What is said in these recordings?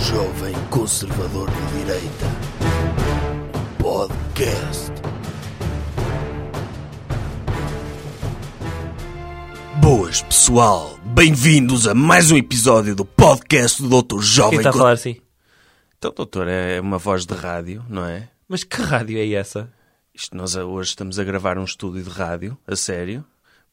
Jovem Conservador de Direita. Podcast. Boas, pessoal. Bem-vindos a mais um episódio do podcast do Doutor Quem Jovem está a falar assim? Então, doutor, é uma voz de rádio, não é? Mas que rádio é essa? Isto, nós a- hoje estamos a gravar um estúdio de rádio, a sério.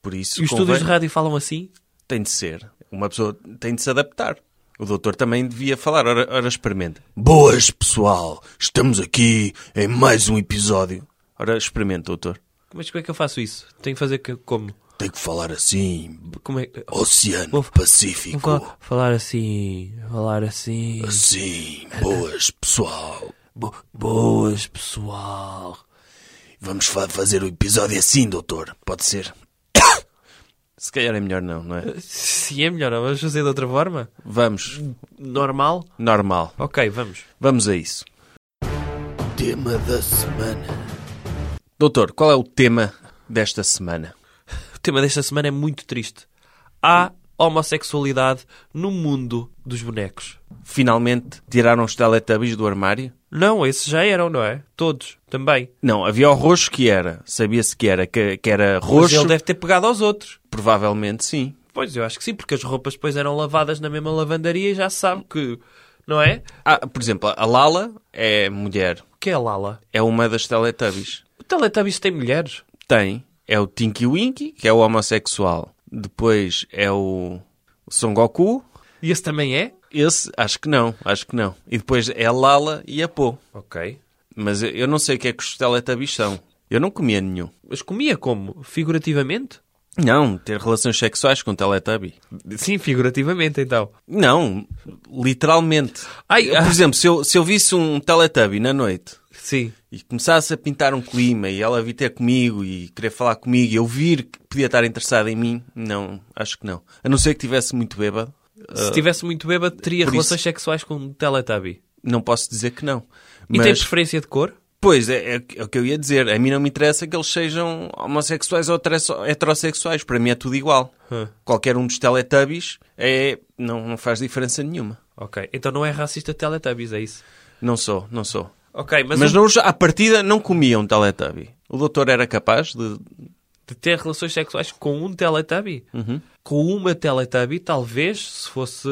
Por isso, E os convém- estúdios de rádio falam assim? tem de ser. Uma pessoa tem de se adaptar. O doutor também devia falar. Ora, ora experimenta. Boas, pessoal. Estamos aqui em mais um episódio. Ora, experimenta, doutor. Mas como é que eu faço isso? Tenho que fazer que- como? Tem que falar assim. Como é Oceano Vou- Pacífico. Nunca falar assim, falar assim. Assim. Boas, pessoal. Bo- boas, pessoal. Vamos fa- fazer o episódio assim, doutor. Pode ser. Se calhar é melhor não, não é? Sim, é melhor, vamos fazer de outra forma? Vamos. Normal? Normal. Ok, vamos. Vamos a isso. Tema da semana. Doutor, qual é o tema desta semana? O tema desta semana é muito triste. Há homossexualidade no mundo dos bonecos. Finalmente tiraram os Teletubbies do armário? Não, esses já eram, não é? Todos, também. Não, havia o roxo que era. Sabia-se que era, que, que era Mas roxo. ele deve ter pegado aos outros. Provavelmente sim. Pois, eu acho que sim, porque as roupas depois eram lavadas na mesma lavandaria e já se sabe que... Não é? Ah, por exemplo, a Lala é mulher. O que é a Lala? É uma das Teletubbies. O Teletubbies tem mulheres? Tem. É o Tinky Winky, que é o homossexual. Depois é o, o Son Goku. E esse também é? Esse, acho que não, acho que não. E depois é a Lala e a Po. Ok. Mas eu- eu não sei o que é que os Teletubbies são. Eu não comia nenhum. Mas comia como? Figurativamente? Não, ter relações sexuais com Teletubby. Sim, figurativamente, então. Não, literalmente. Ai, Eu, ah. por exemplo, se eu, se eu visse um Teletubby na noite Sim. e começasse a pintar um clima e ela vir ter comigo e querer falar comigo e eu vir que podia estar interessada em mim, não, acho que não. A não ser que estivesse muito bêbado, Se tivesse muito bêbado, teria por relações sexuais com um Teletubby. não posso dizer que não. E tem Mas, preferência de cor? pois, é, é- é o que eu ia dizer. A mim não me interessa que eles sejam homossexuais ou heterosso- heterossexuais. Para mim é tudo igual. Hã. Qualquer um dos Teletubbies é, não, não faz diferença nenhuma. Ok. Então não é racista Teletubbies, é isso? Não sou, não sou. Ok, mas, Mas o- não, os- à partida não comiam um Teletubby. O doutor era capaz de. de ter relações sexuais com um Teletubby? Com uma Teletubby, talvez, se fosse,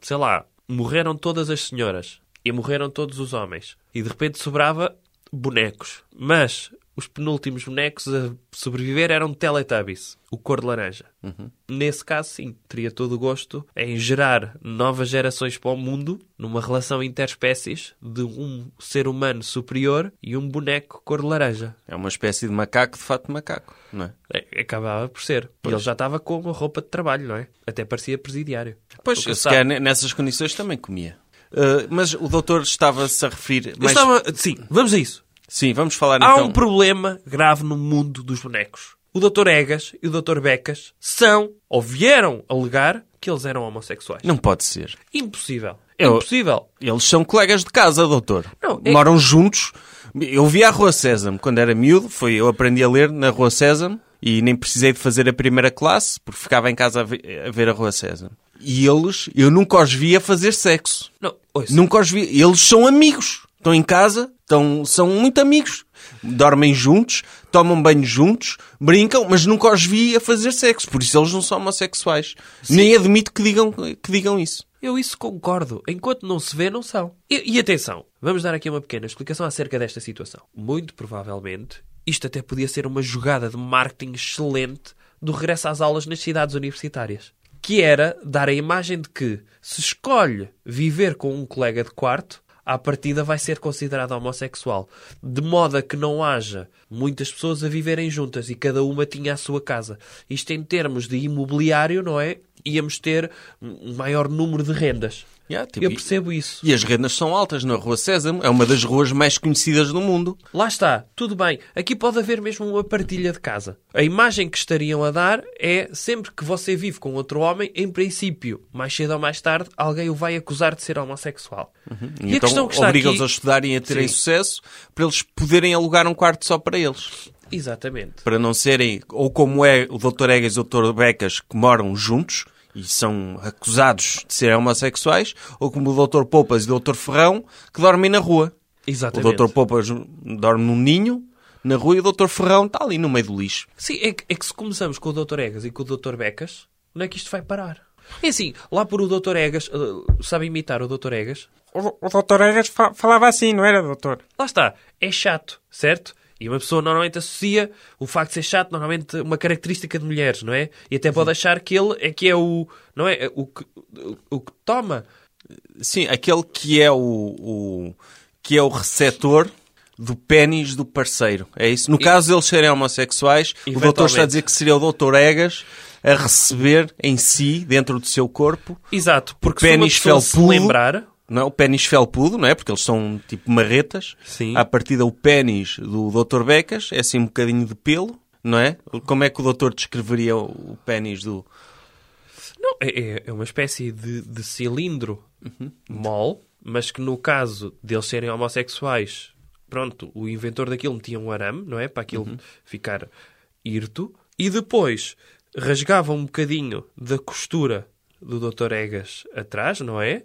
sei lá, morreram todas as senhoras e morreram todos os homens. E de repente sobrava bonecos. Mas os penúltimos bonecos a sobreviver eram Teletubbies, o cor de laranja. Nesse caso, sim, teria todo o gosto em gerar novas gerações para o mundo numa relação interespécies de um ser humano superior e um boneco cor de laranja. É uma espécie de macaco de fato de macaco, não é? É, Acabava por ser. E ele já estava com uma roupa de trabalho, não é? Até parecia presidiário. O Pois, que eu, se se sabe. calhar, ne- nessas condições também comia. Ah, mas o doutor estava-se a referir. Eu mais- estava- Sim, vamos a isso. Sim, vamos falar Há então. um problema grave no mundo dos bonecos. O Dr. Egas e o Dr. Becas são, ou vieram alegar, que eles eram homossexuais. Não pode ser. Impossível. Eu- Impossível. Eles são colegas de casa, doutor. Não, é- Moram juntos. Eu vi a Rua Sésamo quando era miúdo. Foi, eu aprendi a ler na Rua Sésamo e nem precisei de fazer a primeira classe porque ficava em casa a ve- a ver a Rua Sésamo. E eles, eu nunca os via fazer sexo. Não, ouça. Nunca os vi. Eles são amigos. Estão em casa, estão, são muito amigos. Dormem juntos, tomam banho juntos, brincam, mas nunca os vi a fazer sexo. Por isso eles não são homossexuais. Nem admito que digam, que digam isso. Eu isso concordo. Enquanto não se vê, não são. E, e atenção, vamos dar aqui uma pequena explicação acerca desta situação. Muito provavelmente, isto até podia ser uma jogada de marketing excelente do regresso às aulas nas cidades universitárias. Que era dar a imagem de que, se escolhe viver com um colega de quarto, à partida vai ser considerada homossexual. De modo a que não haja muitas pessoas a viverem juntas e cada uma tinha a sua casa. Isto em termos de imobiliário, não é? Íamos ter um maior número de rendas. Yeah, tipo, Eu percebo isso. E as rendas são altas na Rua Sésamo. É uma das ruas mais conhecidas do mundo. Lá está, tudo bem. Aqui pode haver mesmo uma partilha de casa. A imagem que estariam a dar é sempre que você vive com outro homem, em princípio, mais cedo ou mais tarde, alguém o vai acusar de ser homossexual. E a questão então que está obrigam-os a aqui... estudarem e a terem Sim. sucesso para eles poderem alugar um quarto só para eles. Exatamente. Para não serem, ou como é o Dr. Egas e o Dr. Becas, que moram juntos e são acusados de serem homossexuais, ou como o Dr. Poupas e o Dr. Ferrão, que dormem na rua. Exatamente. O Dr. Poupas dorme num ninho, na rua, e o Dr. Ferrão está ali no meio do lixo. Sim, é que, é que se começamos com o Dr. Egas e com o Dr. Becas, onde é que isto vai parar? É assim, lá por o Dr. Egas, eh, sabe imitar o Dr. Egas? O, o doutor Egas fa- falava assim, não era, doutor? Lá está, é chato, certo? E uma pessoa normalmente associa o facto de ser chato, normalmente uma característica de mulheres, não é? E até pode achar que ele é que é o, não é? O que, o, o que toma. Sim, aquele que é o, o- que é o receptor do pênis do parceiro. É isso. No caso deles serem homossexuais, o doutor está a dizer que seria o doutor Egas a receber em si, dentro do seu corpo, Exato, porque Pénis se uma pessoa se felpudo. lembrar, não é? o pênis felpudo, não é? Porque eles são tipo marretas. Sim. À partida, o pênis do doutor Becas é assim um bocadinho de pelo, não é? Como é que o doutor descreveria o, o pênis do... não, é- é, é uma espécie de, de cilindro mol, mas que no caso deles serem homossexuais, pronto, o inventor daquilo metia um arame, não é? Para aquilo ficar irto. E depois rasgava um bocadinho da costura do Dr. Egas atrás, não é?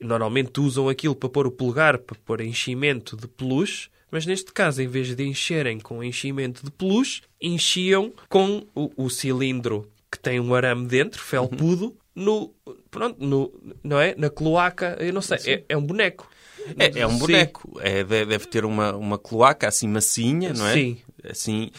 Normalmente usam aquilo para pôr o polegar, para pôr enchimento de peluche, mas neste caso, em vez de encherem com enchimento de peluche, enchiam com o, o cilindro que tem um arame dentro, felpudo, no, pronto, no, não é? Na cloaca, eu não sei, é, é um boneco. É, é um Sim. boneco. É, de- deve ter uma, uma cloaca assim macinha, não é? Sim. Assim.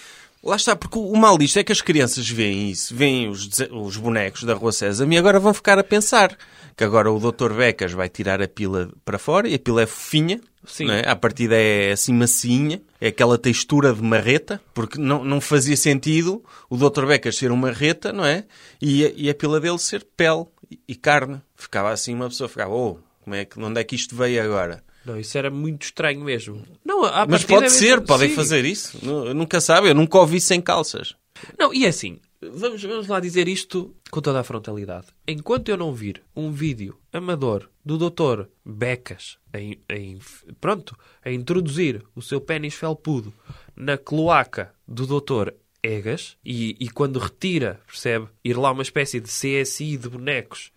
Lá está, porque o mal disto é que as crianças veem isso, veem os, dese- os bonecos da Rua Sésamo e agora vão ficar a pensar que agora o Dr. Becas vai tirar a pila para fora e a pila é fofinha, Sim. não é? à partida é assim macinha, é aquela textura de marreta, porque não, não fazia sentido o Dr. Becas ser uma marreta, não é? E, a- e a pila dele ser pele e, e carne. Ficava assim, uma pessoa ficava, oh, como é que, onde é que isto veio agora? Não, isso era muito estranho mesmo. Não, à Mas partida pode é mesmo- ser, podem Sim. fazer isso. Nu- Nunca sabe, eu nunca ouvi sem calças. Não, e é assim, vamos, vamos lá dizer isto com toda a frontalidade. Enquanto eu não vir um vídeo amador do Dr. Becas em, em- pronto, a introduzir o seu pênis felpudo na cloaca do Dr. Egas e, e quando retira, percebe, ir lá uma espécie de CSI de bonecos,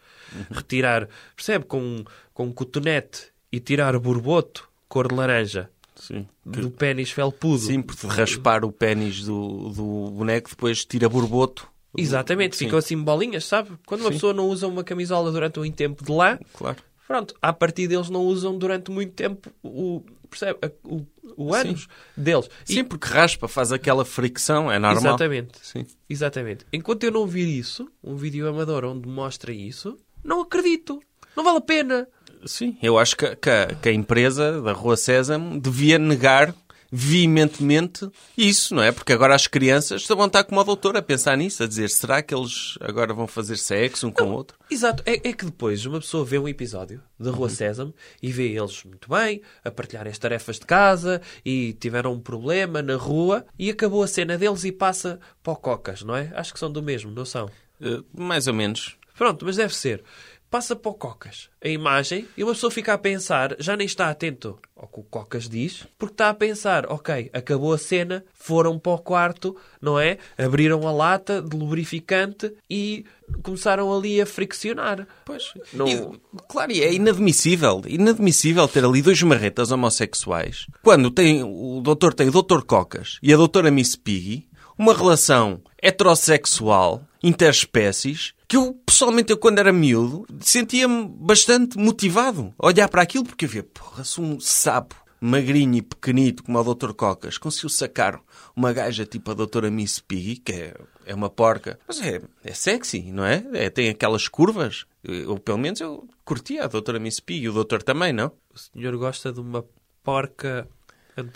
retirar, percebe, com, com um cotonete e tirar borboto cor de laranja Sim. do pênis felpudo. Sim, porque de raspar o pênis do, do boneco depois tira borboto. Exatamente, Sim, ficam assim bolinhas, sabe? Quando uma pessoa não usa uma camisola durante um tempo de lã, Claro. pronto, à partida eles não usam durante muito tempo o, percebe, A- o, o ânus deles. E- Sim, porque raspa, faz aquela fricção, é normal. Exatamente. Sim. Exatamente. Enquanto eu não vir isso, um vídeo amador onde mostra isso, não acredito. Não vale a pena. Sim, eu acho que, que a, que a empresa da Rua Sésamo devia negar veementemente isso, não é? Porque agora as crianças vão estar como a doutora a pensar nisso, a dizer, será que eles agora vão fazer sexo um com o outro? Exato, é, é que depois uma pessoa vê um episódio da Rua Sésamo e vê eles muito bem a partilharem as tarefas de casa e tiveram um problema na rua e acabou a cena deles e passa para o Cocas, não é? Acho que são do mesmo, não são? Eh, mais ou menos. Pronto, mas deve ser. Passa para o Cocas a imagem e uma pessoa fica a pensar, já nem está atento ao que o Cocas diz, porque está a pensar, ok, acabou a cena, foram para o quarto, não é? Abriram a lata de lubrificante e começaram ali a friccionar. Pois, não... E, claro, e é inadmissível. Inadmissível ter ali dois marretas homossexuais. Quando tem, o doutor tem o doutor Cocas e a doutora Miss Piggy, uma relação heterossexual, interespécies, que eu, pessoalmente, eu quando era miúdo, sentia-me bastante motivado a olhar para aquilo, porque eu via, porra, se um sapo magrinho e pequenito como o Dr. Cocas conseguiu sacar uma gaja tipo a Dra. Miss Piggy, que é, é uma porca, mas é, é sexy, não é? É, Tem aquelas curvas. Eu, eu, pelo menos eu curtia a Dra. Miss Piggy, o doutor também, não? O senhor gosta de uma porca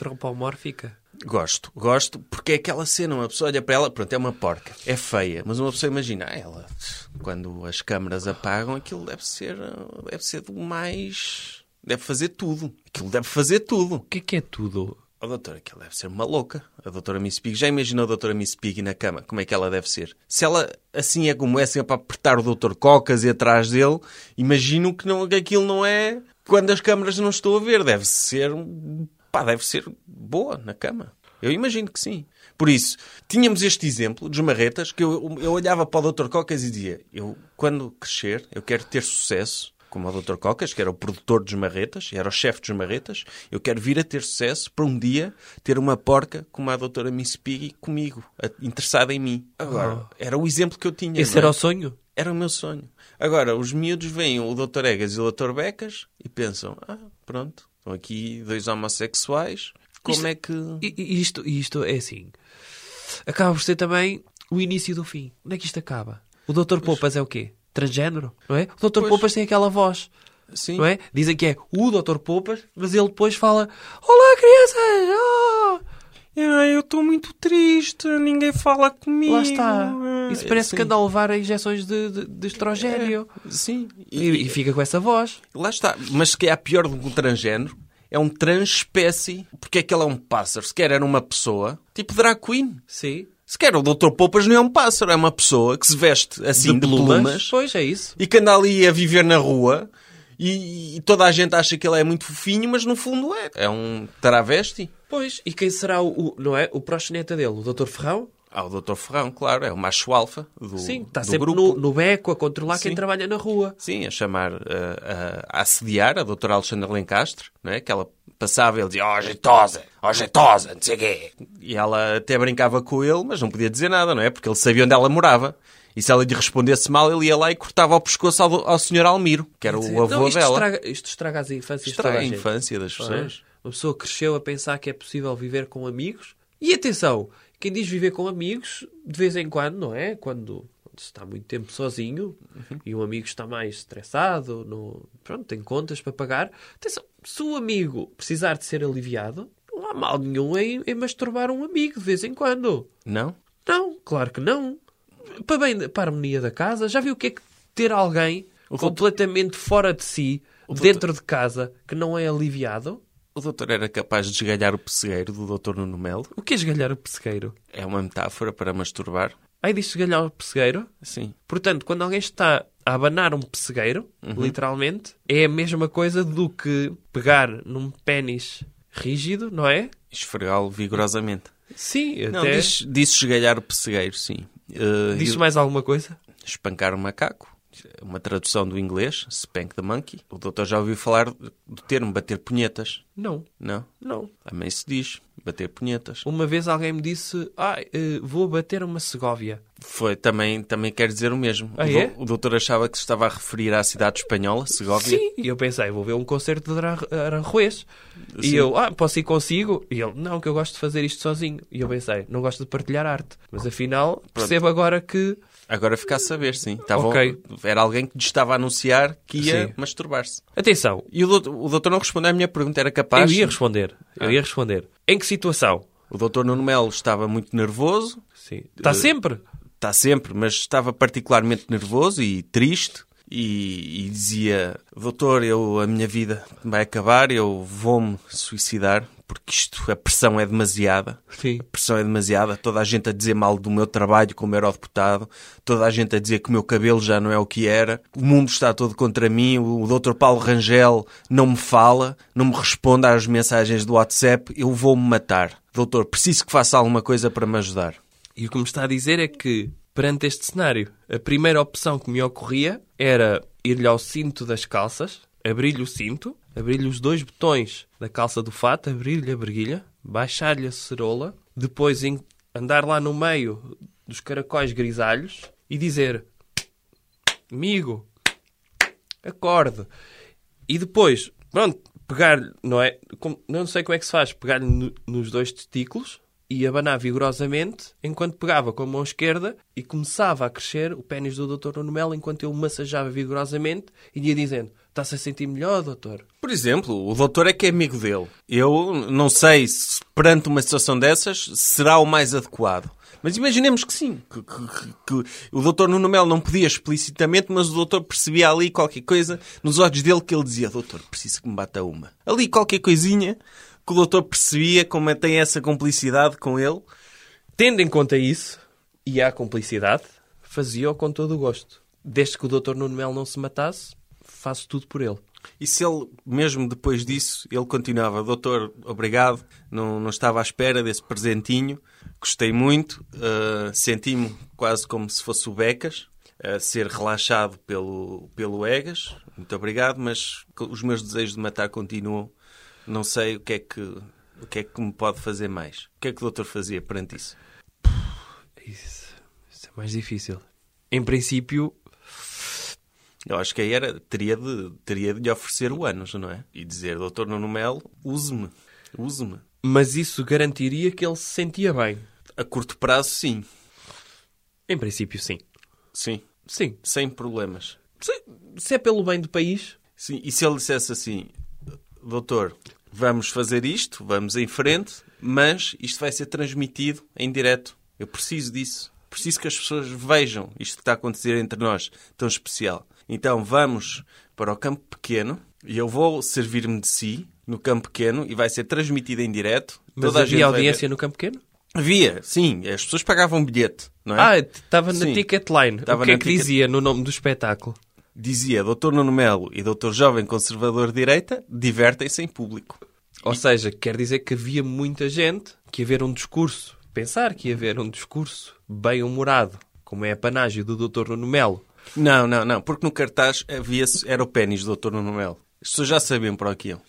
antropomórfica? Gosto, gosto, porque é aquela cena, uma pessoa olha para ela, pronto, é uma porca, é feia, mas uma pessoa imagina, ah, ela, quando as câmaras apagam, aquilo deve ser, ah, deve ser do mais... Deve fazer tudo. Aquilo deve fazer tudo. O que é que é tudo? Oh, doutora, aquilo deve ser uma louca. A doutora Miss Piggy. Já imaginou a doutora Miss Piggy na cama? Como é que ela deve ser? Se ela assim é como é, sempre para apertar o doutor Cocas e atrás dele, imagino que, não, que aquilo não é quando as câmaras não estou a ver. Deve ser... um- Pá, deve ser boa na cama. Eu imagino que sim. Por isso, tínhamos este exemplo dos marretas que eu, eu olhava para o Dr. Cocas e dizia: eu, quando crescer, eu quero ter sucesso. Como o Dr. Cocas, que era o produtor dos marretas, era o chefe dos marretas, eu quero vir a ter sucesso para um dia ter uma porca como a Dra. Miss Piggy comigo, a- interessada em mim. Agora, era o exemplo que eu tinha. Esse não é? era o sonho? Era o meu sonho. Agora, os miúdos veem o Dr. Egas e o Dr. Becas e pensam: ah, pronto, estão aqui dois homossexuais, como Isto- é que. E, e isto, e isto é assim. Acaba por ser também o início do fim. Onde é que isto acaba? O Dr. Poupas é o quê? Transgénero, não é? O Dr. Pois. Poupas tem aquela voz, Sim. não é? Dizem que é o Dr. Poupas, mas ele depois fala: Olá, crianças! Oh! Ah, eu estou muito triste, ninguém fala comigo. Lá está. Ah, Isso parece sim. que anda a levar a injeções de, de, de estrogênio. Sim. É. E, e fica com essa voz. Lá está. Mas se calhar pior do que um transgénero é um transespécie. Porque é que ele é um pássaro? Sequer era uma pessoa. Tipo drag queen. Sim. Sequer o Dr. Poupas não é um pássaro, é uma pessoa que se veste assim de, plumas Pois é isso. e que anda ali a viver na rua. E, e toda a gente acha que ele é muito fofinho, mas no fundo é. É um travesti. Pois. E quem será o, o- não é? O proxeneta dele, o Dr. Ferrão? Ah, o Dr. Ferrão, claro, é o macho alfa do, Sim, está do sempre grupo. no, no beco a controlar quem Sim. trabalha na rua. Sim, a chamar, eh, a, a assediar a doutora Alexandra Lencastre, não é? Que ela passava e ele dizia, ó, jeitosa, ó, jeitosa, não sei o quê. E ela até brincava com ele, mas não podia dizer nada, não é? Porque ele sabia onde ela morava. E se ela lhe respondesse mal, ele ia lá e cortava o pescoço ao, ao senhor Almiro, que era o avô Não, isto dela. Estraga, isto estraga as infâncias de Estraga toda a gente. infância das Não é? pessoas. Uma pessoa cresceu a pensar que é possível viver com amigos. E atenção, quem diz viver com amigos, de vez em quando, não é? Quando, quando se está muito tempo sozinho Uhum. e um amigo está mais estressado, não- pronto, tem contas para pagar. Atenção, se o amigo precisar de ser aliviado, não há mal nenhum em, em masturbar um amigo de vez em quando. Não? Não, claro que não. Para bem, da- para a harmonia da casa, já viu o que é que ter alguém completamente fora de si, dentro de casa, que não é aliviado? O doutor era capaz de desgalhar o pessegueiro do doutor Nuno Melo. O que é esgalhar o pessegueiro? É uma metáfora para masturbar. Aí diz esgalhar o pessegueiro. Sim. Portanto, quando alguém está a abanar um pessegueiro, literalmente, é a mesma coisa do que pegar num pênis rígido, não é? Esfregá-lo vigorosamente. Sim, Não, até... diz, diz esgalhar o pessegueiro, sim. Eh, Diz mais alguma coisa? espancar o macaco. Uma tradução do inglês, spank the monkey. O doutor já ouviu falar do termo bater punhetas. Não, Não? não. Também se diz bater punhetas. Uma vez alguém me disse, ah, eh, vou bater uma Segóvia. Foi, também, também quer dizer o mesmo. Ah, o, do- é? o doutor achava que se estava a referir à cidade espanhola, Segovia. Sim. E eu pensei, vou ver um concerto de Ara- Aranjuez. E Sim. eu, ah, posso ir consigo? E ele, não, que eu gosto de fazer isto sozinho. E eu pensei, não gosto de partilhar arte. Mas afinal, percebo agora que... Agora fica a saber, sim. Estava, Ok. Era alguém que lhe estava a anunciar que ia Sim. masturbar-se. Atenção, E o doutor, o doutor não respondeu à minha pergunta, era capaz. eu ia responder. Eu ia responder. Em que situação? O doutor Nuno Melo estava muito nervoso, Sim. Eh, Está sempre? está Tá sempre, mas estava particularmente nervoso e triste. E, e dizia: Doutor, eu, a minha vida vai acabar, eu vou-me suicidar porque isto, a pressão é demasiada. Sim. A pressão é demasiada. Toda a gente a dizer mal do meu trabalho como eurodeputado, toda a gente a dizer que o meu cabelo já não é o que era, o mundo está todo contra mim, o, o Dr. Paulo Rangel não me fala, não me responde às mensagens do WhatsApp, eu vou-me matar. Doutor, preciso que faça alguma coisa para me ajudar. E o que me está a dizer é que, perante este cenário, a primeira opção que me ocorria era ir-lhe ao cinto das calças, abrir-lhe o cinto, abrir-lhe os dois botões da calça do fato, abrir-lhe a berguilha, baixar-lhe a cerola, depois en- andar lá no meio dos caracóis grisalhos e dizer: Amigo, acorde. E depois, pronto, pegar-lhe, não é? Como- não sei como é que se faz, pegar-lhe no- nos dois testículos e abanar vigorosamente, enquanto pegava com a mão esquerda e começava a crescer o pênis do Dr. Nuno Melo, enquanto eu massajava vigorosamente e ia dizendo: Está-se a sentir melhor, doutor? Por exemplo, o doutor é que é amigo dele. Eu não sei se perante uma situação dessas será o mais adequado. Mas imaginemos que sim. Que, que- que- que o doutor Nuno Melo não podia explicitamente, mas o doutor percebia ali qualquer coisa nos olhos dele que ele dizia: Doutor, preciso que me bata uma. Ali qualquer coisinha que o doutor percebia, como tem essa cumplicidade com ele. Tendo em conta isso, e a cumplicidade, fazia-o com todo o gosto. Desde que o Dr. Nuno Melo não se matasse, faço tudo por ele. E se ele, mesmo depois disso, ele continuava, doutor, obrigado, não, não estava à espera desse presentinho, gostei muito, ah, senti-me quase como se fosse o Becas, a ser relaxado pelo, pelo Egas, muito obrigado, mas co- os meus desejos de matar continuam, não sei o que é que, o que, é que me pode fazer mais. O que é que o doutor fazia perante isso? Isso, isso é mais difícil. Em princípio, Eu acho que aí era, teria, de, teria de lhe oferecer o ânus, não é? E dizer, doutor Nuno Melo, use-me, use-me. mas isso garantiria que ele se sentia bem. A curto prazo, sim. Em princípio, sim. Sim. Sim. Sem problemas. Se, se é pelo bem do país, Sim. E se ele dissesse assim, doutor, vamos fazer isto, vamos em frente, mas isto vai ser transmitido em direto. Eu preciso disso. Preciso que as pessoas vejam isto que está a acontecer entre nós, tão especial. Então vamos para o campo pequeno e eu vou servir-me de si no campo pequeno e vai ser transmitido em direto. mas Toda a gente havia vai ver. audiência no campo pequeno? Havia, sim. As pessoas pagavam bilhete, não é? Ah, estava na Sim. ticket line. Tava o que é na que ticket- dizia no nome do espetáculo? Dizia Dr. Nuno Melo e Dr. Jovem Conservador de Direita, divertem-se em público. Ou seja, quer dizer que havia muita gente que ia ver um discurso, pensar que ia haver um discurso bem-humorado, como é a panágio do Dr. Nuno Melo. Não, não, não, porque no cartaz havia era o pênis do Dr. Nuno Melo. As pessoas já sabiam para o que iam.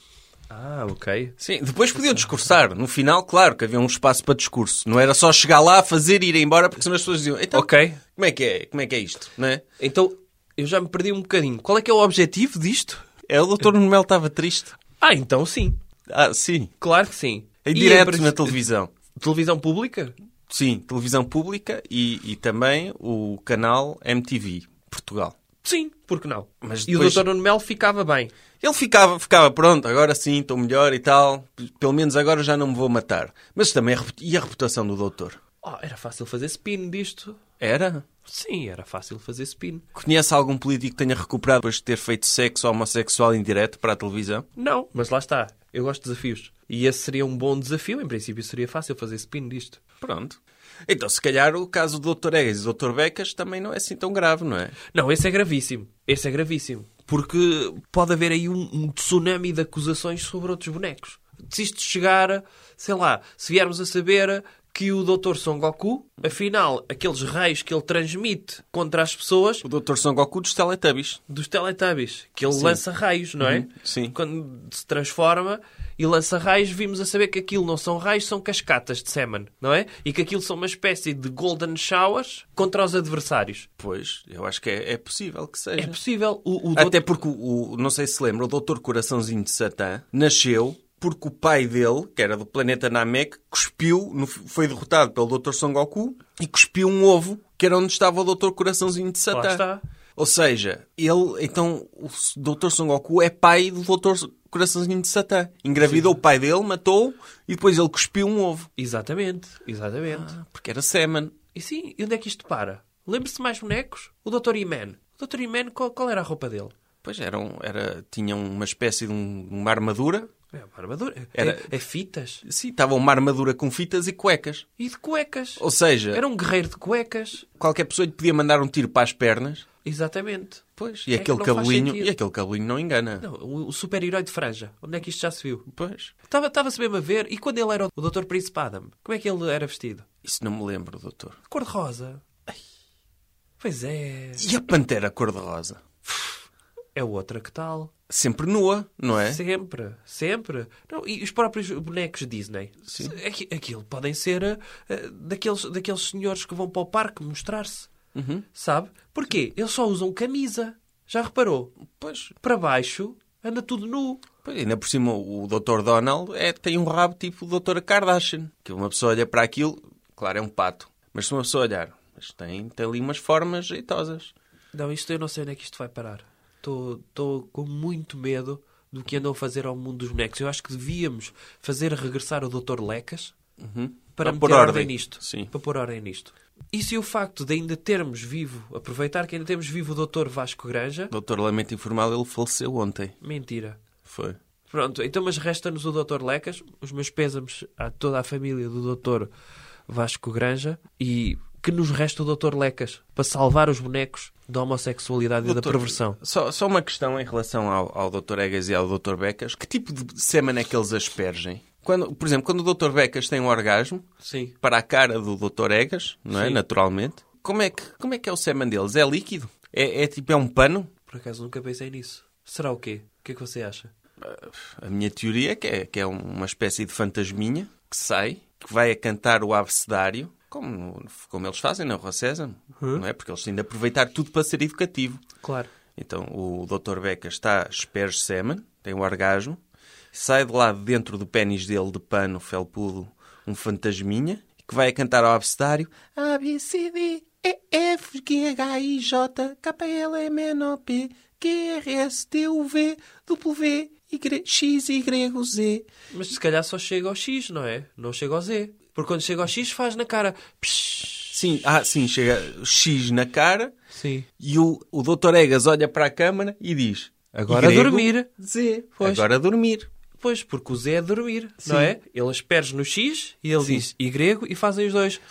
Ah, ok. Sim, depois podiam discursar. No final, claro que havia um espaço para discurso. Não era só chegar lá, fazer e ir embora, porque senão as pessoas diziam: então, Ok. como, é que é? como é que é isto? Não é? Então, eu já me perdi um bocadinho. Qual é que é o objetivo disto? é, o Dr. Nuno Melo estava triste. Ah, então sim. Ah, sim. Claro que sim. Em E direto pres- na televisão. Televisão pública? Sim, televisão pública e, e também o canal MTV Portugal. Sim, porque não? Mas E o depois- Dr. Nuno Melo ficava bem. Ele ficava, ficava pronto, agora sim, estou melhor e tal. P- Pelo menos agora já não me vou matar. Mas também, a repu- e a reputação do doutor? Oh, era fácil fazer spin disto. Era? Sim, era fácil fazer spin. Conhece algum político que tenha recuperado depois de ter feito sexo homossexual em direto para a televisão? Não, mas lá está. Eu gosto de desafios. E esse seria um bom desafio. Em princípio, seria fácil fazer spin disto. Pronto. Então, se calhar, o caso do Dr. Egas e do Dr. Becas também não é assim tão grave, não é? Não, esse é gravíssimo. Esse é gravíssimo. Porque pode haver aí um, um tsunami de acusações sobre outros bonecos. Se isto chegar, sei lá, se viermos a saber que o Dr. Son Goku, afinal, aqueles raios que ele transmite contra as pessoas O Dr. Son Goku dos Teletubbies. dos Teletubbies, que ele lança raios, não é? Uhum. sim. Quando se transforma e lança raios, vimos a saber que aquilo não são raios, são cascatas de semen, não é? E que aquilo são uma espécie de golden showers contra os adversários. Pois, eu acho que é, é possível que seja. É possível. O, o Até doutor- porque, o, o- não sei se se lembra, o Dr. Coraçãozinho de Satã nasceu porque o pai dele, que era do planeta Namek, cuspiu, no- foi derrotado pelo Dr. Son Goku e cuspiu um ovo que era onde estava o Dr. Coraçãozinho de Satã. Lá está. Ou seja, ele, então, o Dr. Son Goku é pai do Dr. Coraçãozinho de Satã. Engravidou o pai dele, matou-o e depois ele cuspiu um ovo. Exatamente, exatamente. Porque era semen. E sim, e onde é que isto para? Lembre-se de mais bonecos? O Dr. Iman. O Dr. Iman, qual, qual era a roupa dele? Pois era, um- era tinha uma espécie de um- uma armadura. É uma armadura. Era- É, é fitas. Sim, estava uma armadura com fitas e cuecas. E de cuecas. Ou seja, Era um guerreiro de cuecas. qualquer pessoa lhe podia mandar um tiro para as pernas. Exatamente. Pois, e É que aquele não faz cabelinho, sentido. e aquele cabelinho não engana. Não, o o super-herói de franja. Onde é que isto já se viu? Pois, Estava-se mesmo a ver. E quando ele era o Dr. Príncipe Adam? Como é que ele era vestido? isso não me lembro, doutor. De Cor-de-rosa. Pois é. E a pantera cor-de-rosa? É outra que tal. Sempre nua, não é? Sempre, sempre. Não, e os próprios bonecos Disney? Sim. Aquilo podem ser eh, daqueles, daqueles senhores que vão para o parque mostrar-se. Uhum. Sabe? Porquê? Eles só usam camisa. Já reparou? Pois, Para baixo anda tudo nu. pois, ainda por cima o doutor Donald é, tem um rabo tipo o doutor Kardashian. Que uma pessoa olha para aquilo, claro, é um pato. Mas se uma pessoa olhar, mas tem, tem ali umas formas jeitosas. Não, isto eu não sei onde é que isto vai parar. Estou com muito medo do que andam a fazer ao mundo dos bonecos. Eu acho que devíamos fazer regressar o Dr. Lecas para, Para meter pôr ordem, Uhum. ordem. nisto. Sim. Para pôr ordem nisto. E se o facto de ainda termos vivo, aproveitar que ainda temos vivo o Dr. Vasco Granja, Doutor Lamento Informal, ele faleceu ontem. mentira. Foi. Pronto, então mas resta-nos o Dr. Lecas, os meus pêsames a toda a família do Dr. Vasco Granja e que nos resta o Dr. Lecas para salvar os bonecos da homossexualidade e da Doutor, perversão. Só, só uma questão em relação ao, ao Dr. Egas e ao Dr. Becas. Que tipo de sêmen é que eles aspergem? Quando, por exemplo, quando o Dr. Becas tem um orgasmo, Sim. para a cara do Dr. Egas, não é? Sim. Naturalmente. Como é, que, como é que é o sêmen deles? É líquido? É, é tipo, é um pano? Por acaso nunca pensei nisso. Será o quê? O que é que você acha? A minha teoria é que é, que é uma espécie de fantasminha que sai, que vai a cantar o abecedário, como, no- como eles fazem na Rua Sésamo, não é? Porque eles têm de aproveitar tudo para ser educativo. Claro. Então o Dr. Becker está esperge semen, tem um orgasmo, sai de lá de dentro do pênis dele de pano felpudo um fantasminha que vai a cantar ao abecedário A, B, C, D, E, F, G, H, I, J, K, L, M, N, O, P, Q, R, S, T, U, V, W, y, X, Y, Z. Mas se calhar só chega ao X, não é? Não chega ao Z. Porque quando chega ao X faz na cara. Psh. Sim, ah, sim, chega o X na cara Sim. e o, o Dr. Egas olha para a câmara e diz Agora a "Y, dormir. Z, Pois. agora a dormir. Pois, porque o Z é dormir, não é? Ele asperge no X e ele diz Y e fazem os dois.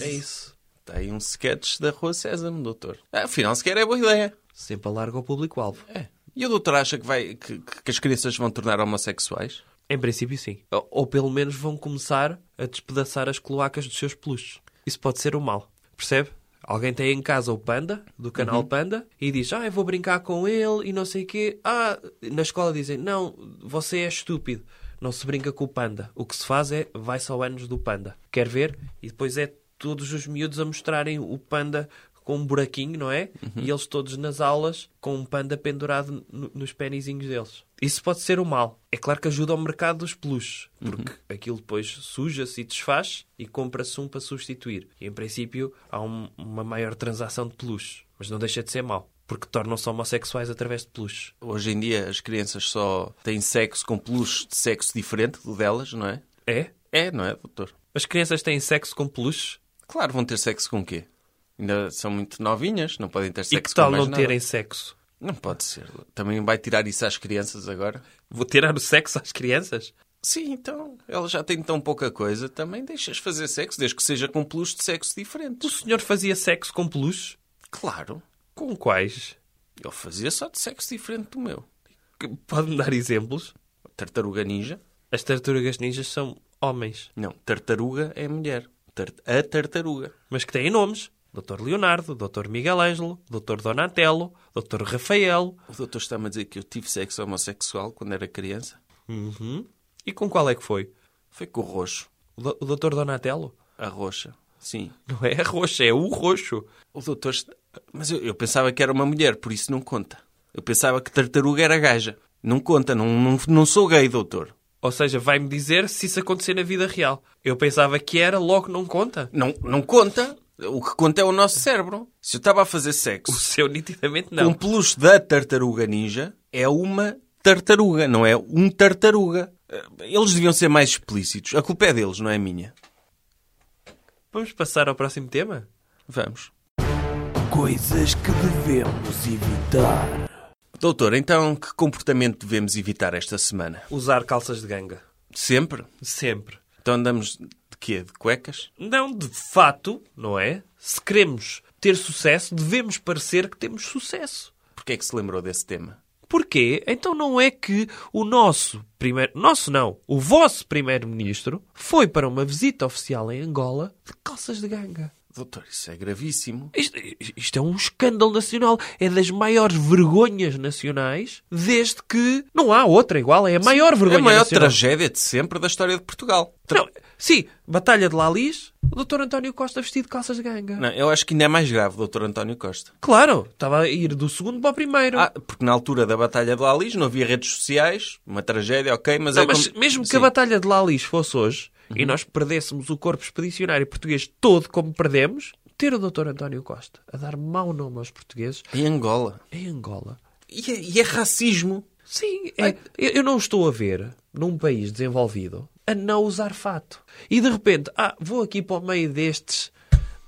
É isso. Está aí um sketch da Rua Sésamo, doutor. Ah, Afinal, sequer é boa ideia. Sempre alarga o público-alvo. É. E o doutor acha que, vai, que, que- que as crianças vão tornar homossexuais? Em princípio, sim. Ou, ou pelo menos vão começar a despedaçar as cloacas dos seus peluches. Isso pode ser o mal. Percebe? Alguém tem em casa o Panda, do canal Panda, e diz: Ah, eu vou brincar com ele e não sei o quê. Ah, na escola dizem: Não, você é estúpido. Não se brinca com o Panda. O que se faz é vai-se ao anos do Panda. Quer ver? E depois é todos os miúdos a mostrarem o Panda com um buraquinho, não é? E eles todos nas aulas com um panda pendurado no- nos penizinhos deles. Isso pode ser o mal. É claro que ajuda ao mercado dos peluches, porque aquilo depois suja-se e desfaz e compra-se um para substituir. E em princípio há um- uma maior transação de peluches, mas não deixa de ser mau, porque tornam-se homossexuais através de peluches. Hoje em dia as crianças só têm sexo com peluches de sexo diferente do delas, não é? É? É, não é, doutor? As crianças têm sexo com peluches? Claro, vão ter sexo com o quê? Ainda são muito novinhas, não podem ter sexo e que tal com mais não nada. terem sexo? Não pode ser. Também vai tirar isso às crianças agora? Vou tirar o sexo às crianças? Sim, então, elas já têm tão pouca coisa, também deixas fazer sexo, desde que seja com peluches de sexo O diferentes. senhor fazia sexo com peluches? Claro. Com quais? Eu fazia só de sexo diferente do meu. Que- Pode-me dar exemplos? Tartaruga ninja? As tartarugas ninjas são homens, Não, tartaruga é mulher. Tar- a tartaruga. mas que têm nomes. Dr. Leonardo, Dr. Miguel Ângelo, Dr. Donatello, Dr. Rafael. O doutor está-me a dizer que eu tive sexo homossexual quando era criança. Uhum. E com qual é que foi? Foi com o roxo. O do- o Dr. Donatello? A roxa. Sim. Não é a roxa, é o roxo. O doutor... está- Mas eu, eu pensava que era uma mulher, por isso não conta. Eu pensava que tartaruga era gaja. Não conta, não, não, não sou gay, doutor. Ou seja, vai-me dizer se isso acontecer na vida real. Eu pensava que era, logo não conta. Não, não conta. O que conta é o nosso cérebro. Se eu estava a fazer O sexo seu nitidamente com não. um peluche da tartaruga ninja é uma tartaruga, não é um tartaruga. Eh, Eles deviam ser mais explícitos. A culpa é deles, não é minha. Vamos passar ao próximo tema? Vamos. Coisas que devemos evitar. Doutor, então que comportamento devemos evitar esta semana? Usar calças de ganga. Sempre? Sempre. Então andamos de quê? De cuecas? Não, de fato, não é? Se queremos ter sucesso, devemos parecer que temos sucesso. Porquê é que se lembrou desse tema? Porquê? Então não é que o nosso primeiro... Nosso não. O vosso primeiro-ministro foi para uma visita oficial em Angola de calças de ganga. Doutor, isso é gravíssimo. Isto, isto é um escândalo nacional. É das maiores vergonhas nacionais desde que... Não há outra igual. É a maior vergonha É a maior nacional. tragédia de sempre da história de Portugal. Não, sim, Batalha de Lalis, o Dr António Costa vestido de calças de ganga. Não, eu acho que ainda é mais grave, doutor António Costa. Claro, estava a ir do segundo para o primeiro. Ah, porque na altura da Batalha de Lalis não havia redes sociais, uma tragédia, ok, mas Não, é mas como- mesmo que Sim. Uhum. a Batalha de Lalis fosse hoje e nós perdêssemos o corpo expedicionário português todo como perdemos, ter o Dr. António Costa a dar mau nome aos portugueses Em Angola. em Angola. E é, e é racismo. Sim, é- eu eu não estou a ver num país desenvolvido a não usar fato. E de repente, ah, vou aqui para o meio destes,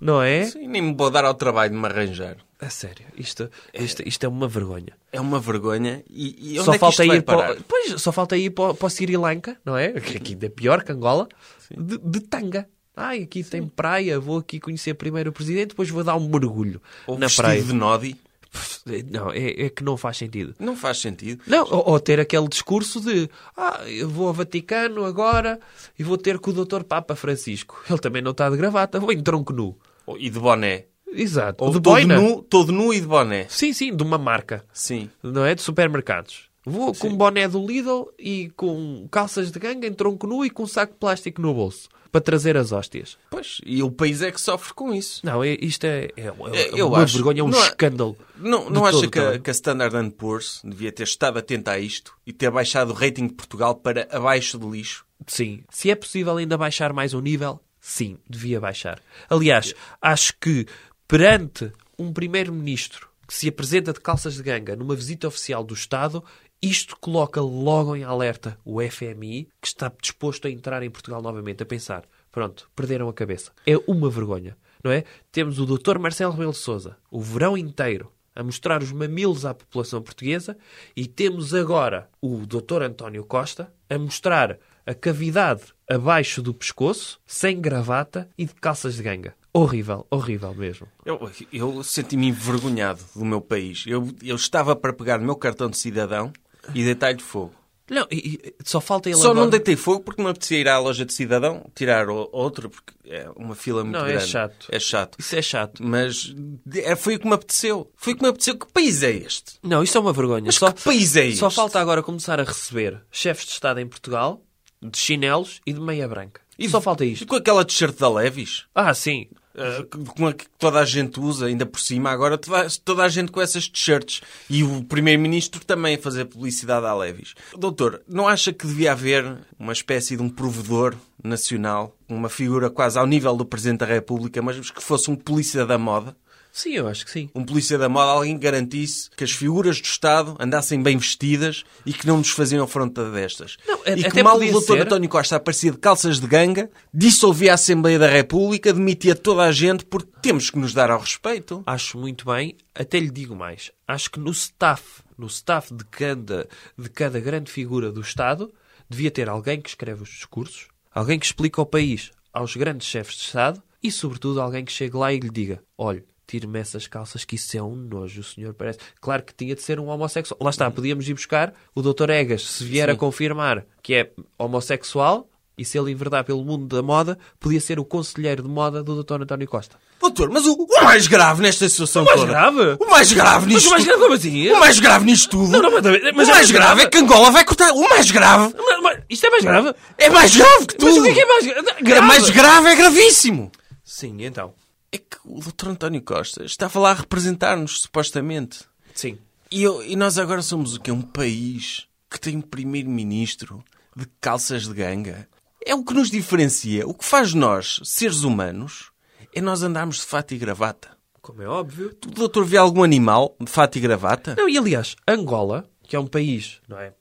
não é? Sim, nem me vou dar ao trabalho de me arranjar. A sério, isto, isto, isto é uma vergonha. É uma vergonha. E, e onde só é que falta isto vai ir para, parar? o- pois, só falta ir para, o- para o Sri Lanka, não é? Que aqui ainda é pior que Angola, de, de tanga. Ai, aqui tem praia, vou aqui conhecer primeiro o presidente, depois vou dar um mergulho Ou na vestido praia. de Nodi. Pff, Não, é, é que não faz sentido. Não faz sentido. Não, ou, ou ter aquele discurso de ah, eu vou ao Vaticano agora e vou ter com o Dr. Papa Francisco. Ele também não está de gravata, vou em tronco nu. Ou- E de boné. Exato. Ou de todo boina. nu, todo nu e de boné. Sim, sim, de uma marca. Sim. não é? De supermercados. Vou com um boné do Lidl e com calças de ganga em tronco nu e com um saco de plástico no bolso para trazer as hóstias. Pois, e o país é que sofre com isso. Não, é- isto é, é, é Eu uma acho. vergonha, é um Não há- escândalo. Não, de não todo acha que, tamanho. a- que a Standard and Poor's devia ter estado atenta a isto e ter baixado o rating de Portugal para abaixo de lixo? Sim. Se é possível ainda baixar mais um nível, sim, devia baixar. Aliás, acho que perante um primeiro-ministro que se apresenta de calças de ganga numa visita oficial do Estado, isto coloca logo em alerta o FMI, que está disposto a entrar em Portugal novamente, a pensar: pronto, perderam a cabeça. É uma vergonha, não é? Temos o Dr. Marcelo Rebelo de Souza, o verão inteiro, a mostrar os mamilos à população portuguesa e temos agora o Dr. António Costa a mostrar a cavidade abaixo do pescoço, sem gravata e de calças de ganga. Horrível, horrível mesmo. Eu, eu senti-me envergonhado do meu país. Eu, eu estava para pegar o meu cartão de cidadão e deitar-lhe fogo. Não, e, e só falta ele Só agora- não deitei fogo porque me apetecia ir à loja de cidadão, tirar o- outra, porque é uma fila muito Não, é grande. chato. É chato. Isso é chato. Mas de- é, foi o que me apeteceu. Foi o que me apeteceu. Que país é este? Não, isto é uma vergonha. Mas só, que país é só este? falta agora começar a receber chefes de Estado em Portugal de chinelos e de meia branca. E só de- falta E isto. com aquela t-shirt da Levis? Ah, sim. eh, que- com a que toda a gente usa, ainda por cima, agora toda, toda a gente com essas t-shirts. E o Primeiro-Ministro também a fazer publicidade à Levis. Doutor, não acha que devia haver uma espécie de um provedor nacional, uma figura quase ao nível do Presidente da República, mas que fosse um polícia da moda? Sim, eu acho que sim. um polícia da moda, alguém que garantisse que as figuras do Estado andassem bem vestidas e que não nos faziam afronta destas. Não, a- e que até mal podia o doutor ser- António Costa aparecia de calças de ganga, dissolvia a Assembleia da República, demitia toda a gente porque temos que nos dar ao respeito. Acho muito bem, até lhe digo mais. Acho que no staff, no staff de cada, de cada grande figura do Estado, devia ter alguém que escreve os discursos, alguém que explica ao país, aos grandes chefes de Estado e, sobretudo, alguém que chegue lá e lhe diga: olhe, tire-me essas calças que isso é um nojo, o senhor parece. Claro que tinha de ser um homossexual. Lá está, podíamos ir buscar o Dr. Egas, se vier a confirmar que é homossexual. E se ele enverdar pelo mundo da moda, podia ser o conselheiro de moda do Dr. António Costa. Doutor, mas o, o mais grave nesta situação mais toda... grave? O mais grave Mas o nisto... mais grave como assim? o mais grave nisto tudo... Não, não, mas- mas- mas- o mais grave é que Angola vai cortar... O mais grave... Mas, mas isto é mais grave? É mais grave que tudo! Mas o que é que é mais gra- grave? É mais grave, é gravíssimo! Sim, então. É que o Dr. António Costa estava lá a representar-nos, supostamente. Sim. E, eu- e nós agora somos o quê? Um país que tem um primeiro-ministro de calças de ganga. É o que nos diferencia. O que faz nós, seres humanos, é nós andarmos de fato e gravata. Como é óbvio. O doutor vê algum animal de fato e gravata? Não, e aliás, Angola, que é um país, não é?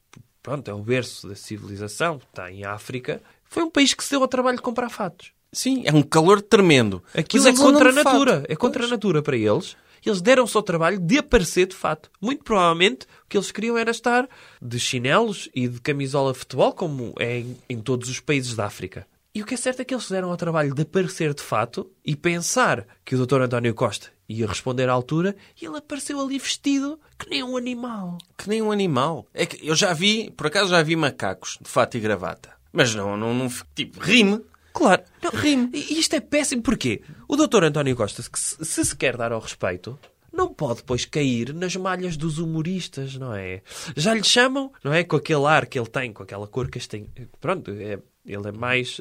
Pronto, é o berço da civilização, está em África, foi um país que se deu ao trabalho de comprar fatos. Sim, é um calor tremendo. Aquilo Mas é eles andam contra a de fato. natura. É contra a natura para eles. Eles deram-se ao trabalho de aparecer de fato. Muito provavelmente o que eles queriam era estar de chinelos e de camisola de futebol, como é em, em todos os países da África. E o que é certo é que eles deram ao trabalho de aparecer de fato e pensar que o Dr. António Costa ia responder à altura e ele apareceu ali vestido que nem um animal. Que nem um animal. É que eu já vi, por acaso já vi macacos de fato e gravata. Mas não, não, não fico- tipo, rime. Claro, não, rime. E isto é péssimo porquê? O doutor António Costa, que se, se se quer dar ao respeito, não pode depois cair nas malhas dos humoristas, não é? Já lhe chamam, não é? Com aquele ar que ele tem, com aquela cor castanha. Pronto, é, ele é mais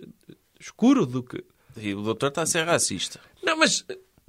escuro do que. E o doutor está a ser racista. Não, mas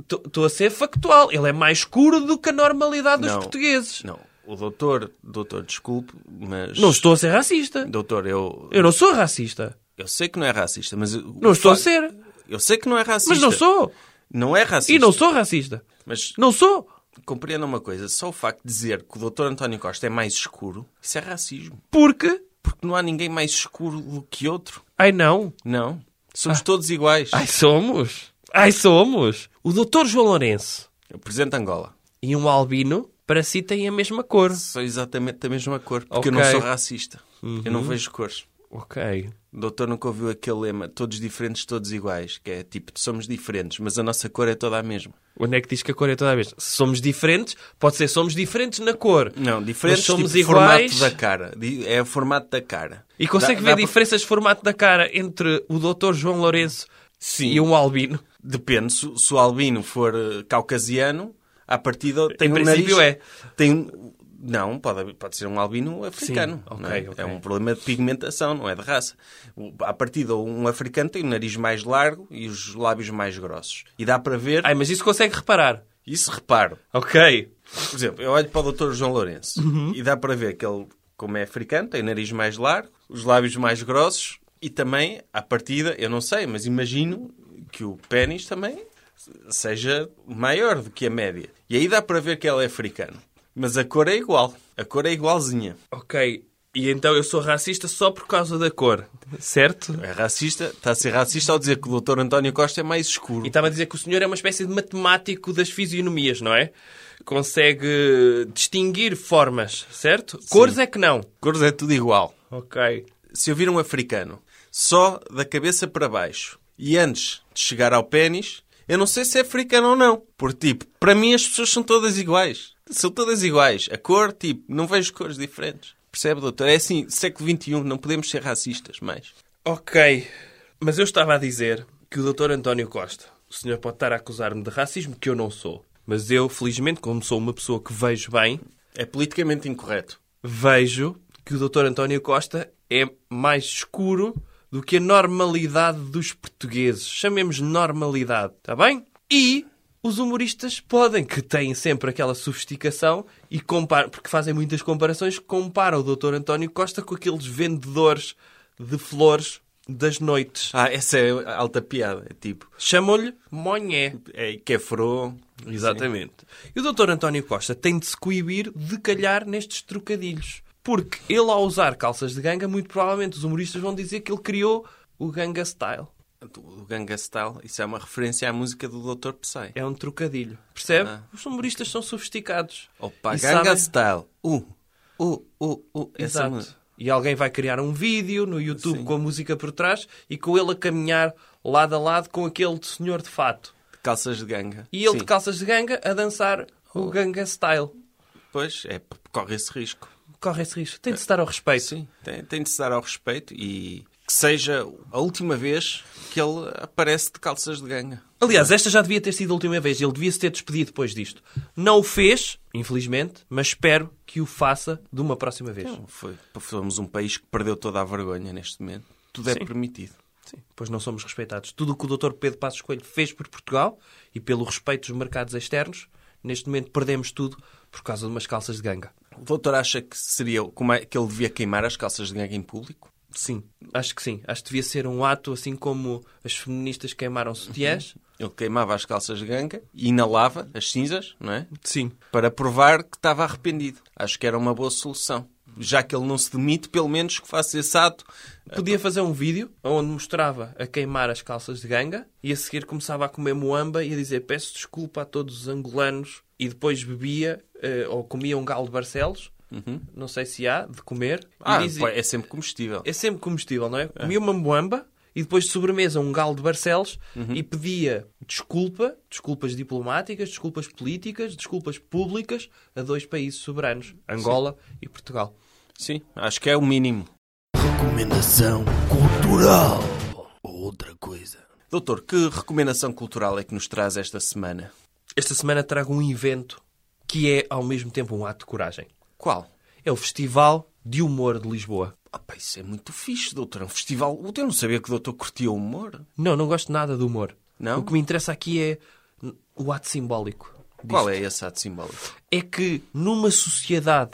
estou a ser factual. Ele é mais escuro do que a normalidade dos Não. portugueses. Não. Não, o doutor, doutor, desculpe, mas... estou a ser racista. Doutor, eu, Eu não sou racista. eu sei que não é racista, mas... Não estou a ser. Eu sei que não é racista. Mas não sou. Não é racista. E não sou racista. Mas Não sou. compreenda uma coisa, só o facto de dizer que o doutor António Costa é mais escuro, isso é racismo. Porque. Porque não há ninguém mais escuro do que outro. Ai não. Não. Somos todos iguais. Ah. Ai, somos! Ai, somos! O Dr. João Lourenço Eu Presidente de Angola. e um albino para si têm a mesma cor. Sou exatamente da mesma cor, porque Ok. eu Uhum. não sou racista. Eu não vejo cores. Ok. O doutor nunca ouviu aquele lema, todos diferentes, todos iguais, que é tipo, somos diferentes, mas a nossa cor é toda a mesma. Onde é que diz que a cor é toda a mesma? Se somos diferentes, pode ser somos diferentes na cor. Não, diferentes, Mas somos tipo, iguais. formato da cara. Di- É o formato da cara. E consegue Dá- ver dá pra- diferenças de formato da cara entre o Dr. João Lourenço Sim. e um albino? Depende, se, se o albino for eh, caucasiano, à partida tem Em um princípio nariz- é. Tem um- não, pode, haver- pode ser um albino africano. ok, não é? ok. É um problema de pigmentação, não é de raça. O- À partida, um africano tem o nariz mais largo e os lábios mais grossos. E dá para ver... Ai, mas isso consegue reparar. Isso reparo. Ok. Por exemplo, eu olho para o Dr. João Lourenço e dá para ver que ele, como é africano, tem o nariz mais largo, os lábios mais grossos e também, à partida, eu não sei, mas imagino que o pênis também seja maior do que a média. E aí dá para ver que ele é africano. Mas a cor é igual. A cor é igualzinha. Ok. E então eu sou racista só por causa da cor. Certo? É racista. Está a ser racista ao dizer que o Dr. António Costa é mais escuro. E estava a dizer que o senhor é uma espécie de matemático das fisionomias, não é? Consegue distinguir formas, certo? Cores é que não. Cores é tudo igual. Ok. se eu vir um africano só da cabeça para baixo e antes de chegar ao pênis, eu não sei se é africano ou não. Porque, tipo, para mim as pessoas são todas iguais. São todas iguais. A cor, tipo, não vejo cores diferentes. Percebe, doutor? É assim, século XXI, não podemos ser racistas mais. Ok. Mas eu estava a dizer que o Dr. António Costa, o senhor pode estar a acusar-me de racismo, que eu não sou. Mas eu, felizmente, como sou uma pessoa que vejo bem, É politicamente incorreto. vejo que o Dr. António Costa é mais escuro do que a normalidade dos portugueses. Chamemos normalidade, está bem? E os humoristas podem, que têm sempre aquela sofisticação e comparam, porque fazem muitas comparações, compara o Dr. António Costa com aqueles vendedores de flores das noites. Ah, essa é a alta piada. É tipo, Chamam-lhe Monhé. é que é fro. Exatamente. E o Dr. António Costa tem de se coibir de calhar nestes trocadilhos. Porque ele, ao usar calças de ganga, muito provavelmente os humoristas vão dizer que ele criou o ganga style. O Ganga Style, isso é uma referência à música do Dr. Psy. É um trocadilho. Percebe? Ah. Os humoristas são sofisticados. Opa, E Ganga sabem- Style. Uh, uh, uh, uh. Essa música. Exato. E alguém vai criar um vídeo no YouTube com a música por trás e com ele a caminhar lado a lado com aquele senhor de fato. Calças de ganga. E ele Sim. Oh. de calças de ganga a dançar o ganga style. Pois, é, p- corre esse risco. Corre esse risco. Tem de se dar ao respeito. Tem, tem de se dar ao respeito e que seja a última vez que ele aparece de calças de ganga. Aliás, esta já devia ter sido a última vez. Ele devia-se ter despedido depois disto. Não o fez, infelizmente, mas espero que o faça de uma próxima vez. Foi, fomos um país que perdeu toda a vergonha neste momento. Tudo é permitido. Pois não somos respeitados. Tudo o que o Dr. Pedro Passos Coelho fez por Portugal e pelo respeito dos mercados externos, neste momento perdemos tudo por causa de umas calças de ganga. O doutor acha que seria como é que ele devia queimar as calças de ganga em público? Sim, acho que sim. Acho que devia ser um ato assim como as feministas queimaram sutiãs. Ele queimava as calças de ganga e inalava as cinzas, não é? Sim. Para provar que estava arrependido. Acho que era uma boa solução. Já que ele não se demite, pelo menos que faça esse ato. Podia fazer um vídeo onde mostrava a queimar as calças de ganga e a seguir começava a comer moamba e a dizer peço desculpa a todos os angolanos e depois bebia eh, ou comia um galo de Barcelos, não sei se há, de comer. e Uhum. Ah, dizia- pá, é sempre comestível. é sempre comestível, não é? Comia uma moamba e depois de sobremesa um galo de Barcelos Uhum. e pedia desculpa, desculpas diplomáticas, desculpas políticas, desculpas públicas a dois países soberanos, Angola e Portugal. Sim, acho que é o mínimo. Recomendação cultural. Outra coisa. Doutor, que recomendação cultural é que nos traz esta semana? Esta semana trago um evento que é ao mesmo tempo um ato de coragem. Qual? É o Festival de Humor de Lisboa. Ah, pá, isso é muito fixe, doutor. É um festival. Eu não sabia que o doutor curtia o humor. Não, não gosto nada do humor. Não? O que me interessa aqui é n- o ato simbólico. Qual é esse ato simbólico? É que numa sociedade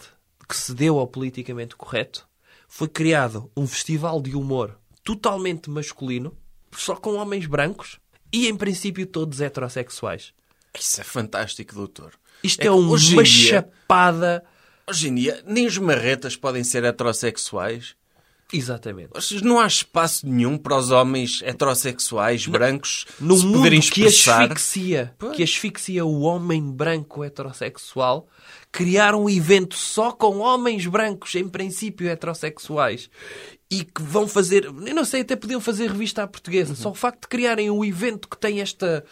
que se deu ao politicamente correto, foi criado um festival de humor totalmente masculino, só com homens brancos e em princípio todos heterossexuais. Isso é fantástico, doutor. Isto é, que uma hoje em dia, chapada. Hoje em dia, nem os marretas podem ser heterossexuais. Exatamente. Vocês Não há espaço nenhum para os homens heterossexuais, brancos, num se mundo poderem que expressar. asfixia, que asfixia o homem branco heterossexual, criar um evento só com homens brancos, em princípio heterossexuais, e que vão fazer. Eu não sei, até podiam fazer revista à Uhum. portuguesa. Só o facto de criarem um evento que tem esta,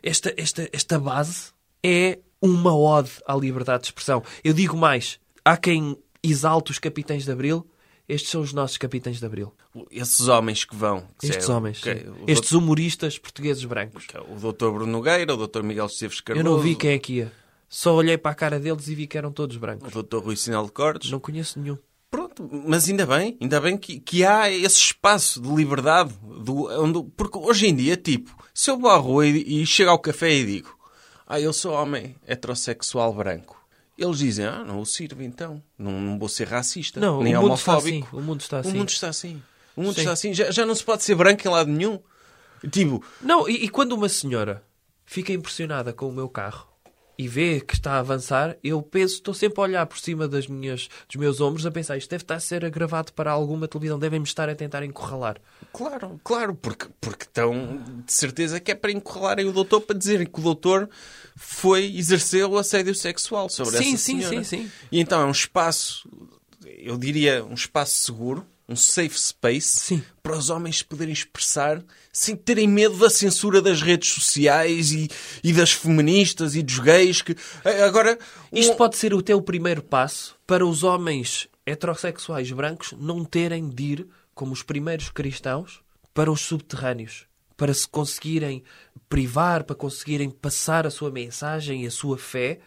esta, esta, esta base é uma ode à liberdade de expressão. Eu digo mais: há quem exalte os capitães de Abril. Estes são os nossos capitães de Abril. Esses homens que vão. que Estes é, homens. que é, sim. o Estes humoristas portugueses brancos. doutor- O doutor Bruno Nogueira, o doutor Miguel Esteves Eu Cardoso. não vi quem é que ia. Só olhei para a cara deles e vi que eram todos brancos. O doutor Rui Sinal de Cortes. Não conheço nenhum. Pronto, mas ainda bem, ainda bem que, que há esse espaço de liberdade. Do, onde, porque hoje em dia, tipo, se eu vou à rua e, e chego ao café e digo Ah, eu sou homem heterossexual branco. Eles dizem, ah, não o sirvo então. Não, não vou ser racista, Não, nem o mundo está assim. homofóbico. O mundo está O assim. mundo está assim. O mundo Sim. está assim. Já, já não se pode ser branco em lado nenhum. Tipo, Não, e, e quando uma senhora fica impressionada com o meu carro e vê que está a avançar, eu penso, estou sempre a olhar por cima das minhas, dos meus ombros a pensar, isto deve estar a ser gravado para alguma televisão, devem-me estar a tentar encurralar. Claro, claro, porque, porque estão de certeza que é para encurralarem o doutor para dizerem que o doutor foi, exerceu o assédio sexual sobre Sim, essa sim, senhora. sim, sim. E então é um espaço, eu diria um espaço seguro, um safe space Sim. para os homens se poderem expressar sem terem medo da censura das redes sociais e, e das feministas e dos gays que eh, agora um- Isto pode ser até o primeiro passo para os homens heterossexuais brancos não terem de ir, como os primeiros cristãos, para os subterrâneos. Para se conseguirem privar, para conseguirem passar a sua mensagem e a sua fé.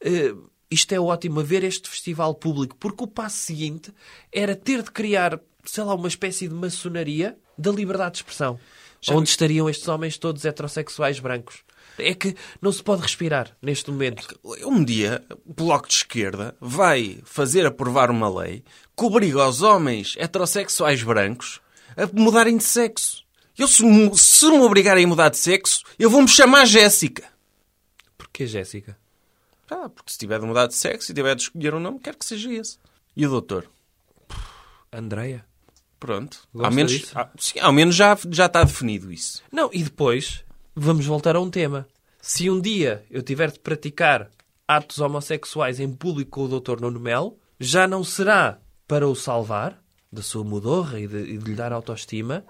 Eh, isto é ótimo, haver este festival público. Porque o passo seguinte era ter de criar, sei lá, uma espécie de maçonaria da liberdade de expressão. onde estariam estes homens todos heterossexuais brancos. É que não se pode respirar neste momento. Um dia, o Bloco de Esquerda vai fazer aprovar uma lei que obriga os homens heterossexuais brancos a mudarem de sexo. Eu, se, me- se me obrigarem a mudar de sexo, eu vou-me chamar Jéssica. Porquê, Jéssica? Ah, porque se tiver de mudar de sexo e tiver de escolher um nome, quero que seja esse. E o doutor? Andreia? Pronto. Gosta Ao menos, disso? ah, sim, ao menos já, já está definido isso. Não, e depois vamos voltar a um tema. Se um dia eu tiver de praticar atos homossexuais em público com o Dr. Nuno Melo, já não será para o salvar da sua mudorra e de, e de lhe dar autoestima,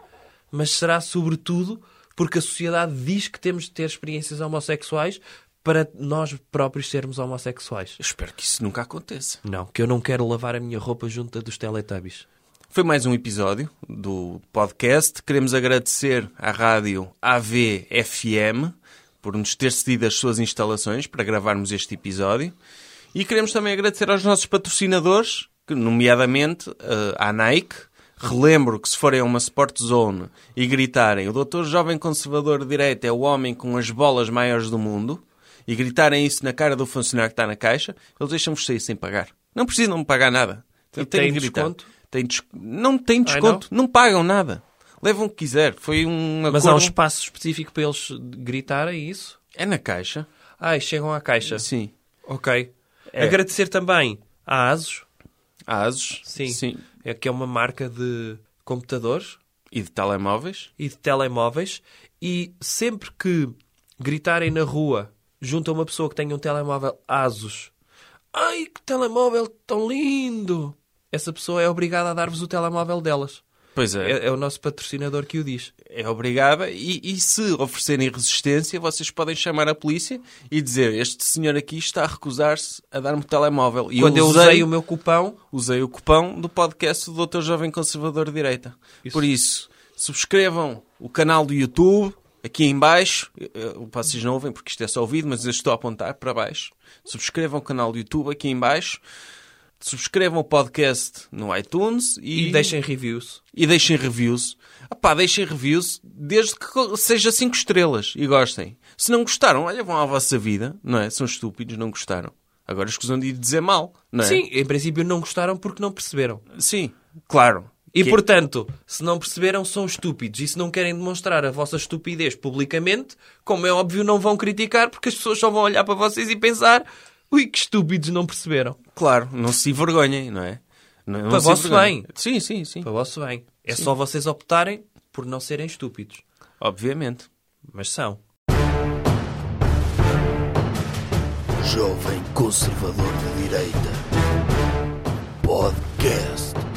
mas será sobretudo porque a sociedade diz que temos de ter experiências homossexuais para nós próprios sermos homossexuais. Eu espero que isso nunca aconteça. Não, que eu não quero lavar a minha roupa junto dos Teletubbies. Foi mais um episódio do podcast. Queremos agradecer à rádio AVFM por nos ter cedido as suas instalações para gravarmos este episódio. E queremos também agradecer aos nossos patrocinadores, que, nomeadamente eh, à Nike. Relembro que se forem a uma Sport Zone e gritarem o doutor jovem conservador de direita é o homem com as bolas maiores do mundo e gritarem isso na cara do funcionário que está na caixa, eles deixam-vos sair sem pagar. Não precisam de pagar nada. E têm Tem de gritar. desconto? Tem des- Não tem Ai, desconto. não? pagam nada. Levam o que quiser. Foi um Mas acordo- há um espaço específico para eles gritarem isso? É na caixa. Ai, chegam à caixa. Sim. Ok. Agradecer também à ASUS, Há ASUS. sim, É que é uma marca de computadores E de telemóveis. e de telemóveis e sempre que gritarem na rua junto a uma pessoa que tenha um telemóvel ASUS, ai que telemóvel tão lindo, essa pessoa é obrigada a dar-vos o telemóvel delas. Pois é. É, é o nosso patrocinador que o diz. É obrigada. E, e se oferecerem resistência, vocês podem chamar a polícia e dizer este senhor aqui está a recusar-se a dar-me o telemóvel. E Quando eu usei o meu cupão, usei o cupão do podcast do Dr. Jovem Conservador de Direita. Por isso, subscrevam o canal do YouTube, aqui em baixo, Eh, eh, vocês não ouvem porque isto é só ouvido, mas eu estou a apontar para baixo. Subscrevam o canal do YouTube aqui em baixo. Subscrevam o podcast no iTunes e, e deixem reviews. e deixem reviews. Ah pá, deixem reviews desde que co- seja 5 estrelas e gostem. Se não gostaram, olha, vão à vossa vida, não é? São estúpidos, não gostaram. Agora escusam de dizer mal, não é? Sim, em princípio não gostaram porque não perceberam. Sim, claro. E Que- é? portanto, se não perceberam, são estúpidos. E se não querem demonstrar a vossa estupidez publicamente, como é óbvio, não vão criticar, porque as pessoas só vão olhar para vocês e pensar: ui, que estúpidos não perceberam. Claro, não se envergonhem, não é? Não, não Para se vosso envergonhem. bem. Sim, sim, sim. Para o vosso bem. É só vocês optarem por não serem estúpidos. Obviamente. Um Mas são. Jovem Conservador de Direita. Podcast.